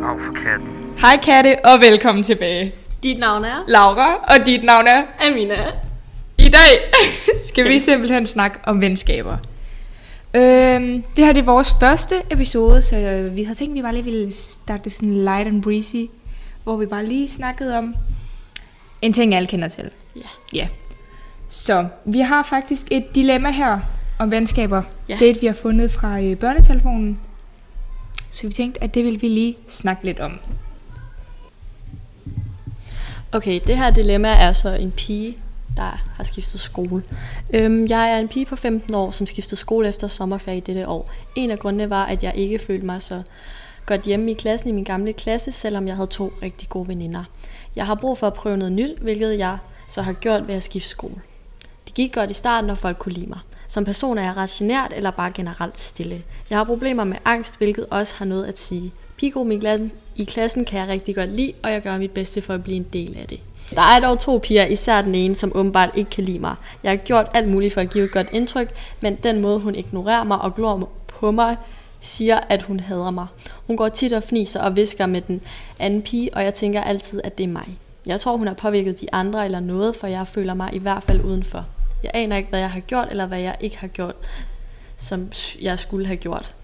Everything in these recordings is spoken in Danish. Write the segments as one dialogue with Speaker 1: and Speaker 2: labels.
Speaker 1: brav for katten.
Speaker 2: Hej katte, og velkommen tilbage.
Speaker 3: Dit navn er
Speaker 2: Laura, og dit navn er...
Speaker 3: Amina.
Speaker 2: I dag skal vi simpelthen snakke om venskaber. Øhm, det her det er vores første episode, så øh, vi havde tænkt, at vi bare lige ville starte det sådan light and breezy, hvor vi bare lige snakkede om en ting, alle kender til.
Speaker 3: Ja.
Speaker 2: Ja. Så vi har faktisk et dilemma her om venskaber.
Speaker 3: Ja.
Speaker 2: Det er et, vi har fundet fra øh, børnetelefonen. Så vi tænkte, at det vil vi lige snakke lidt om.
Speaker 3: Okay, det her dilemma er så en pige, der har skiftet skole. Øhm, jeg er en pige på 15 år, som skiftede skole efter sommerferie dette år. En af grundene var, at jeg ikke følte mig så godt hjemme i klassen i min gamle klasse, selvom jeg havde to rigtig gode veninder. Jeg har brug for at prøve noget nyt, hvilket jeg så har gjort ved at skifte skole. Det gik godt i starten, når folk kunne lide mig. Som person er jeg ret genert eller bare generelt stille. Jeg har problemer med angst, hvilket også har noget at sige. Pigrum i klassen, i klassen kan jeg rigtig godt lide, og jeg gør mit bedste for at blive en del af det. Der er dog to piger, især den ene, som åbenbart ikke kan lide mig. Jeg har gjort alt muligt for at give et godt indtryk, men den måde hun ignorerer mig og glor på mig, siger, at hun hader mig. Hun går tit og fniser og visker med den anden pige, og jeg tænker altid, at det er mig. Jeg tror, hun har påvirket de andre eller noget, for jeg føler mig i hvert fald udenfor. Jeg aner ikke, hvad jeg har gjort, eller hvad jeg ikke har gjort, som jeg skulle have gjort.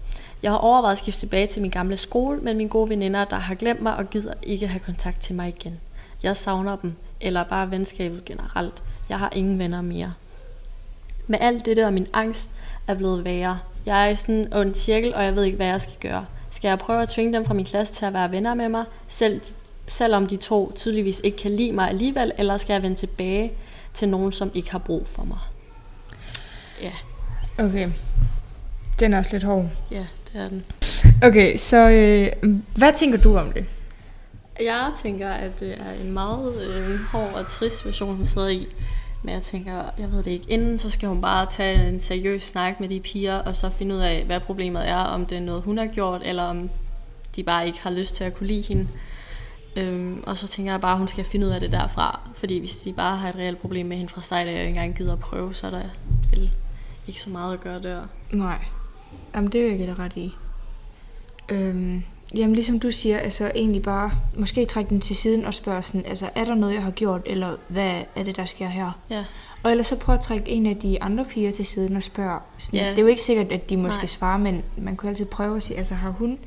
Speaker 3: Jeg har overvejet at skifte tilbage til min gamle skole, men mine gode veninder, der har glemt mig og gider ikke have kontakt til mig igen. Jeg savner dem, eller bare venskabet generelt. Jeg har ingen venner mere. Med alt dette og min angst er blevet værre. Jeg er i sådan en ond cirkel, og jeg ved ikke, hvad jeg skal gøre. Skal jeg prøve at tvinge dem fra min klasse til at være venner med mig, selv, selvom de to tydeligvis ikke kan lide mig alligevel, eller skal jeg vende tilbage til nogen, som ikke har brug for mig? Ja,
Speaker 2: Okay. Den er også lidt hård.
Speaker 3: ja, det er den.
Speaker 2: Okay, så øh, hvad tænker du om det?
Speaker 3: Jeg tænker, at det er en meget øh, hård og trist version, hun sidder i. Men jeg tænker, jeg ved det ikke. Inden så skal hun bare tage en seriøs snak med de piger, og så finde ud af, hvad problemet er. Om det er noget, hun har gjort, eller om de bare ikke har lyst til at kunne lide hende. Øhm, og så tænker jeg bare, at hun skal finde ud af det derfra. Fordi hvis de bare har et reelt problem med hende fra start, og jeg ikke engang gider at prøve, så er der vel ikke så meget at gøre der.
Speaker 2: Nej. Jamen, det vil jeg give dig ret i. Øhm, jamen, ligesom du siger, altså egentlig bare, måske trække den til siden og spørge sådan, altså, er der noget, jeg har gjort, eller hvad er det, der sker her?
Speaker 3: Ja,
Speaker 2: Og ellers så prøv at trække en af de andre piger til siden og spørge. Sådan,
Speaker 3: Ja.
Speaker 2: Det er jo ikke sikkert, at de måske
Speaker 3: Nej.
Speaker 2: Nej. svarer, men man kunne altid prøve at sige, altså, har hun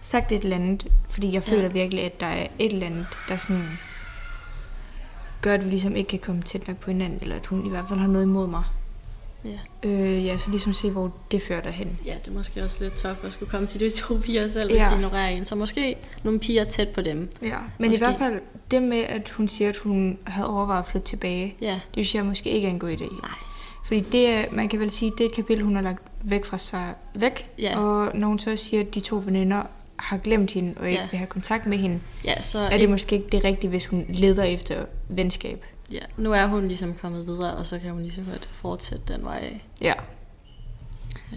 Speaker 2: sagt et eller andet? Fordi jeg
Speaker 3: Ja.
Speaker 2: føler virkelig, at der er et eller andet, der sådan gør, at vi ligesom ikke kan komme tæt nok på hinanden, eller at hun i hvert fald har noget imod mig.
Speaker 3: ja.
Speaker 2: Øh, ja, så ligesom se, hvor det fører dig hen.
Speaker 3: Ja, det er måske også lidt tougt at skulle komme til de to piger selv, hvis
Speaker 2: Ja.
Speaker 3: de ignorerer en. Så måske nogle piger tæt på dem.
Speaker 2: Ja, men
Speaker 3: Måske.
Speaker 2: i hvert fald det med, at hun siger, at hun havde overvejet at flytte tilbage,
Speaker 3: Ja.
Speaker 2: det synes jeg måske ikke er en god idé.
Speaker 3: Nej.
Speaker 2: Fordi det, er- man kan vel sige, det er et kapitel, hun har lagt væk fra sig væk.
Speaker 3: Ja.
Speaker 2: Og når hun så siger, at de to veninder har glemt hende og ikke
Speaker 3: Ja.
Speaker 2: ja. vil have kontakt med hende,
Speaker 3: Ja, så
Speaker 2: er det måske ikke det rigtige, hvis hun leder efter venskab.
Speaker 3: ja, nu er hun ligesom kommet videre, og så kan hun ligesom godt fortsætte den vej af.
Speaker 2: Ja.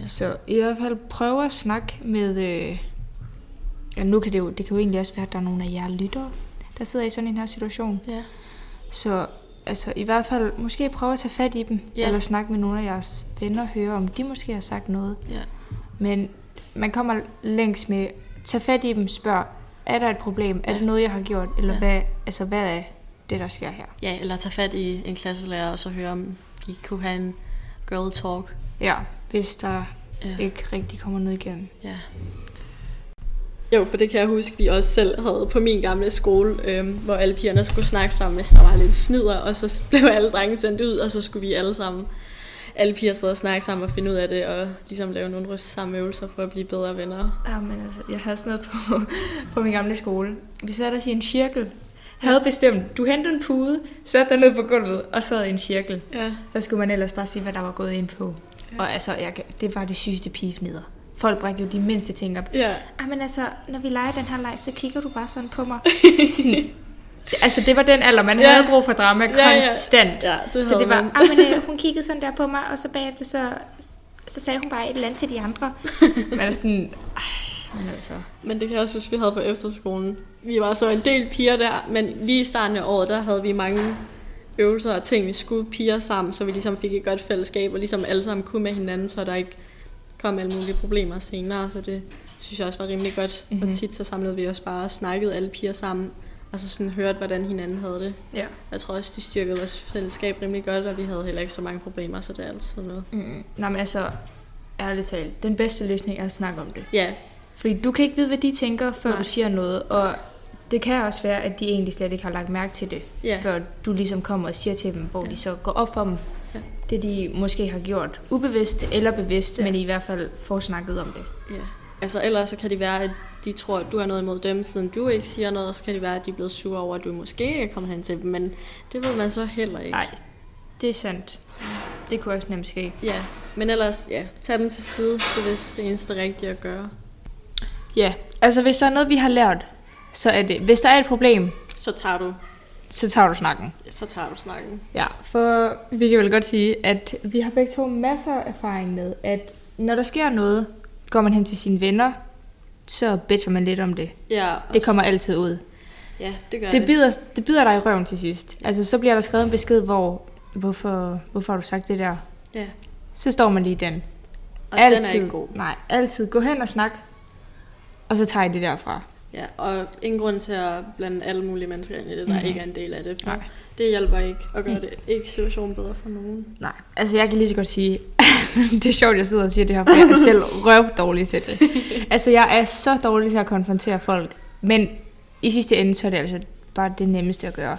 Speaker 3: Ja.
Speaker 2: Så i hvert fald prøv at snakke med... Øh... Ja, nu kan det jo, det kan jo egentlig også være, at der er nogle af jer lyttere, der sidder i sådan en her situation.
Speaker 3: Ja.
Speaker 2: Så altså, i hvert fald måske prøve at tage fat i dem,
Speaker 3: Ja.
Speaker 2: ja. eller snakke med nogle af jeres venner og høre, om de måske har sagt noget.
Speaker 3: Ja.
Speaker 2: Men man kommer længst med, tag fat i dem, spørg, er der et problem? Er det noget, jeg har gjort? Eller
Speaker 3: Ja.
Speaker 2: ja. hvad, altså, hvad er det, der sker her?
Speaker 3: ja, eller tage fat i en klasselærer, og så høre, om de kunne have en girl talk.
Speaker 2: Ja, hvis der
Speaker 3: Ja.
Speaker 2: ja. ikke rigtig kommer noget igennem.
Speaker 3: Ja. Jo, for det kan jeg huske, vi også selv havde på min gamle skole, øhm, hvor alle pigerne skulle snakke sammen, hvis der var lidt fnider, og så blev alle drenge sendt ud, og så skulle vi alle sammen, alle piger sidde og snakke sammen og finde ud af det, og ligesom lave nogle ryst sammen øvelser for at blive bedre venner.
Speaker 2: Ja, men altså, jeg havde sådan noget på, på min gamle skole. Vi satte os i en cirkel. Havde bestemt, du hentede en pude, satte dig ned på gulvet og sad i en cirkel.
Speaker 3: Ja.
Speaker 2: Så skulle man ellers bare sige, hvad der var gået ind på. Ja. Og altså, jeg, kan- det var det sygeste pifnider. Folk brækker jo de mindste ting op.
Speaker 3: Ja.
Speaker 2: Ah, men altså, når vi leger den her leg, så kigger du bare sådan på mig. sådan, altså, det var den alder, man
Speaker 3: Ja.
Speaker 2: ja. havde brug for drama
Speaker 3: Ja, ja.
Speaker 2: konstant.
Speaker 3: Ja, det
Speaker 2: så
Speaker 3: havde
Speaker 2: det var,
Speaker 3: man.
Speaker 2: ah, men øh, hun kiggede sådan der på mig, og så bagefter så, så sagde hun bare et eller andet til de andre. man er sådan, "Ej, men altså.
Speaker 3: Men det kan jeg også huske, vi havde på efterskolen. Vi var så en del piger der, men lige i starten af året, der havde vi mange øvelser og ting, vi skulle piger sammen, så vi ligesom fik et godt fællesskab, og ligesom alle sammen kunne med hinanden, så der ikke kom alle mulige problemer senere, så det synes jeg også var rimelig godt. Mm-hmm.
Speaker 2: Mhm.
Speaker 3: Og tit så samlede vi os bare og snakkede alle piger sammen, og så sådan hørte, hvordan hinanden havde det.
Speaker 2: Ja.
Speaker 3: Jeg tror også, de styrkede vores fællesskab rimelig godt, og vi havde heller ikke så mange problemer, så det er altid noget.
Speaker 2: Mm. Nej, men altså, ærligt talt, den bedste løsning er at snakke om det.
Speaker 3: Ja,
Speaker 2: Fordi du kan ikke vide, hvad de tænker, før Nej.
Speaker 3: Nej.
Speaker 2: du siger noget, og det kan også være, at de egentlig slet ikke har lagt mærke til det,
Speaker 3: Ja.
Speaker 2: før du ligesom kommer og siger til dem, hvor ja. de så går op for dem.
Speaker 3: Ja.
Speaker 2: Det de måske har gjort ubevidst eller bevidst, ja.
Speaker 3: Ja.
Speaker 2: men i hvert fald får snakket om det.
Speaker 3: ja. Altså ellers så kan det være, at de tror, at du har noget imod dem, siden du ikke siger noget, og så kan det være, at de er blevet sure over, at du måske ikke er kommet hen til dem, men det ved man så heller ikke.
Speaker 2: Nej, det er sandt. Det kunne også nemt ske.
Speaker 3: Ja, men ellers, ja, tag dem til side, så det er det eneste rigtige at gøre.
Speaker 2: Ja, altså hvis der er noget, vi har lært, så er det, hvis der er et problem,
Speaker 3: Så tager du,
Speaker 2: så tager du snakken.
Speaker 3: så tager du snakken.
Speaker 2: Ja, for vi kan vel godt sige, at vi har begge to masser af erfaring med, at når der sker noget, går man hen til sine venner, så bitcher man lidt om det.
Speaker 3: Ja, og
Speaker 2: Det kommer altid ud.
Speaker 3: Ja, det gør
Speaker 2: Det bider, det bider dig i røven til sidst. Altså, så bliver der skrevet en besked, hvor, hvorfor, hvorfor har du sagt det der?
Speaker 3: Ja,
Speaker 2: Så står man lige i den.
Speaker 3: og altid. den er ikke god.
Speaker 2: Nej, altid. Gå hen og snak, og så tager I det derfra.
Speaker 3: Ja, og ingen grund til at blande alle mulige mennesker ind i det, der
Speaker 2: Mhm.
Speaker 3: mm-hmm. ikke er en del af det. For
Speaker 2: Nej.
Speaker 3: Det hjælper ikke og gør det ikke situationen bedre for nogen.
Speaker 2: Nej, altså jeg kan lige så godt sige, det er sjovt, jeg sidder og siger det her, for jeg er selv røv dårlig til det. Altså jeg er så dårlig til at konfrontere folk, men i sidste ende, så er det altså bare det nemmeste at gøre.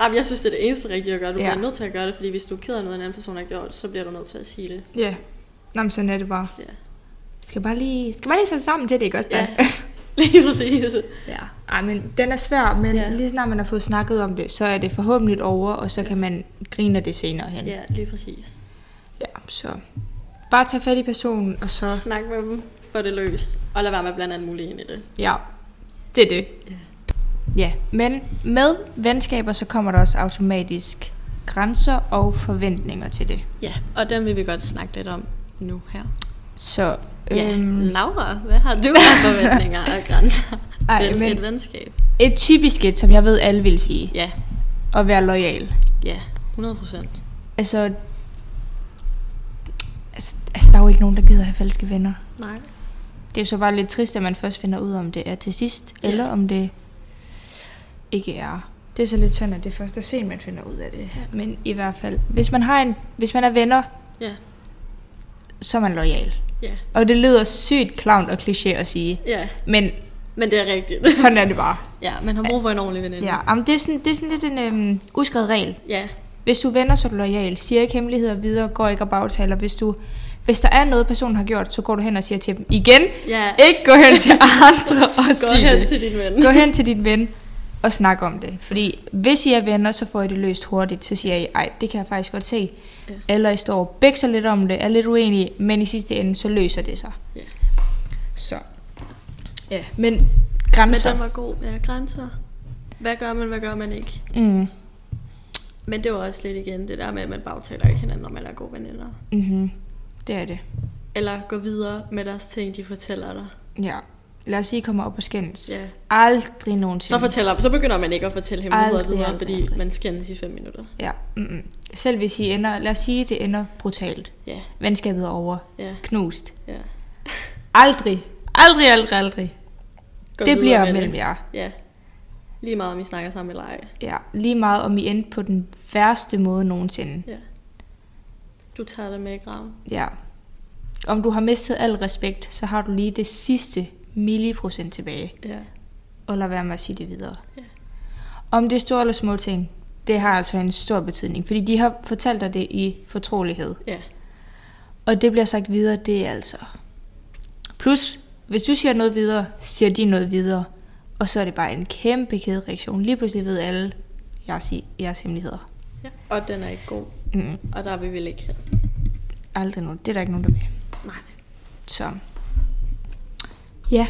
Speaker 3: Jamen, jeg synes, det er det eneste rigtige at gøre. Du
Speaker 2: Ja.
Speaker 3: ja. bliver nødt til at gøre det, fordi hvis du er ked af noget, en anden person har gjort, så bliver du nødt til at sige det.
Speaker 2: Ja, yeah. Nå, men sådan er det bare.
Speaker 3: Ja,
Speaker 2: Skal bare lige, skal bare lige sætte sammen til det, ikke også?
Speaker 3: ja. lige præcis.
Speaker 2: ja. Ej, men den er svær, men
Speaker 3: Ja.
Speaker 2: yeah. lige snart man har fået snakket om det, så er det forhåbentlig over, og så kan man grine af det senere hen.
Speaker 3: Ja, lige præcis.
Speaker 2: ja så bare tag fat i personen, og så...
Speaker 3: Snak med dem, få det løst, og lad være med at blande alt muligt ind i det.
Speaker 2: Ja, det er det. Ja, men med venskaber, så kommer der også automatisk grænser og forventninger til det.
Speaker 3: Ja, og den vil vi godt snakke lidt om nu her.
Speaker 2: Så
Speaker 3: Ja,
Speaker 2: øhm,
Speaker 3: Laura, hvad har du af forventninger og grænser
Speaker 2: Ej,
Speaker 3: til
Speaker 2: men-
Speaker 3: et venskab?
Speaker 2: et typisk et, som jeg ved alle vil sige,
Speaker 3: Ja,
Speaker 2: at være lojal.
Speaker 3: ja, 100 procent.
Speaker 2: Altså, altså, altså, der er jo ikke nogen, der gider have falske venner.
Speaker 3: Nej.
Speaker 2: Det er jo så bare lidt trist, at man først finder ud af, om det er til sidst,
Speaker 3: Ja.
Speaker 2: eller om det ikke er. Det er så lidt synd, at det er først er sent, man finder ud af det. Ja. Men i hvert fald, hvis man, har en, hvis man er venner,
Speaker 3: Ja,
Speaker 2: så er man lojal.
Speaker 3: ja,
Speaker 2: Og det lyder sygt klamt og kliché at sige,
Speaker 3: ja.
Speaker 2: men
Speaker 3: Men det er rigtigt.
Speaker 2: sådan er det bare.
Speaker 3: ja, man har brug for en ordentlig veninde.
Speaker 2: Ja, jamen, det, er sådan, det er sådan lidt en øhm, uskrevet regel.
Speaker 3: ja.
Speaker 2: Hvis du vender, så er du lojal. Siger ikke hemmeligheder videre, går ikke og bagtaler. Hvis, du, hvis der er noget, personen har gjort, så går du hen og siger til dem igen.
Speaker 3: ja.
Speaker 2: Ikke gå hen til andre og
Speaker 3: Gå
Speaker 2: sige
Speaker 3: hen
Speaker 2: det.
Speaker 3: til din ven.
Speaker 2: Gå hen til din ven og snak om det. Fordi hvis I er venner, så får I det løst hurtigt. Så siger I, ej, det kan jeg faktisk godt se.
Speaker 3: Ja.
Speaker 2: Eller I står og bækser lidt om det, er lidt uenige, men i sidste ende, så løser det sig.
Speaker 3: Ja.
Speaker 2: Så. Ja, men
Speaker 3: Men
Speaker 2: grænser.
Speaker 3: den var god. Ja, grænser. Hvad gør man, hvad gør man ikke?
Speaker 2: Mm.
Speaker 3: Men det var også lidt igen det der med, at man bagtaler ikke hinanden, når man er gode veninder.
Speaker 2: Mm-hmm. Det er det.
Speaker 3: Eller gå videre med deres ting, de fortæller dig.
Speaker 2: Ja. Lad os sige, I kommer op og skændes.
Speaker 3: Ja.
Speaker 2: Aldrig nogensinde.
Speaker 3: Så, fortæller, så begynder man ikke at fortælle hemmeligheder
Speaker 2: Aldrig,
Speaker 3: videre,
Speaker 2: aldrig,
Speaker 3: fordi
Speaker 2: aldrig.
Speaker 3: man skændes i fem minutter.
Speaker 2: Ja. Mm-mm. Selv hvis I ender, lad os sige, det ender brutalt.
Speaker 3: Ja,
Speaker 2: Venskabet er over.
Speaker 3: ja,
Speaker 2: Knust.
Speaker 3: ja.
Speaker 2: Aldrig. Aldrig, aldrig, aldrig.
Speaker 3: Gå
Speaker 2: det
Speaker 3: videre
Speaker 2: bliver
Speaker 3: med
Speaker 2: mellem jer.
Speaker 3: Ja. Lige meget om I snakker sammen eller ej.
Speaker 2: Ja. Lige meget om I endte på den værste måde nogensinde.
Speaker 3: Ja. Du tager det med i graven.
Speaker 2: Ja. Om du har mistet al respekt, så har du lige det sidste milliprocent tilbage.
Speaker 3: Ja.
Speaker 2: Og lad være med at sige det videre.
Speaker 3: Ja.
Speaker 2: Om det er store eller små ting, det har altså en stor betydning, fordi de har fortalt dig det i fortrolighed.
Speaker 3: Ja.
Speaker 2: Og det bliver sagt videre, det er altså. Plus, hvis du siger noget videre, siger de noget videre. Og så er det bare en kæmpe kæde reaktion. Lige pludselig ved alle jeres, jeres hemmeligheder.
Speaker 3: ja. Og den er ikke god.
Speaker 2: Mm,
Speaker 3: Og der er vi vel ikke hen.
Speaker 2: aldrig nogen. Det er der ikke nogen, der vil.
Speaker 3: Nej.
Speaker 2: Så. Ja.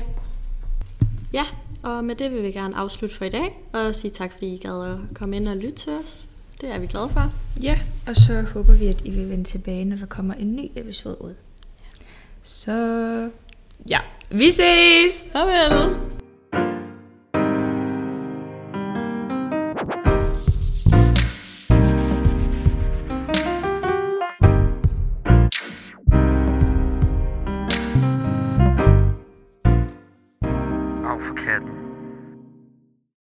Speaker 3: Ja, og med det vil vi gerne afslutte for i dag. Og sige tak, fordi I gad at komme ind og lytte til os. Det er vi glade for.
Speaker 2: Ja, og så håber vi, at I vil vende tilbage, når der kommer en ny episode ud. Så... Ja, vi ses!
Speaker 3: Farvel.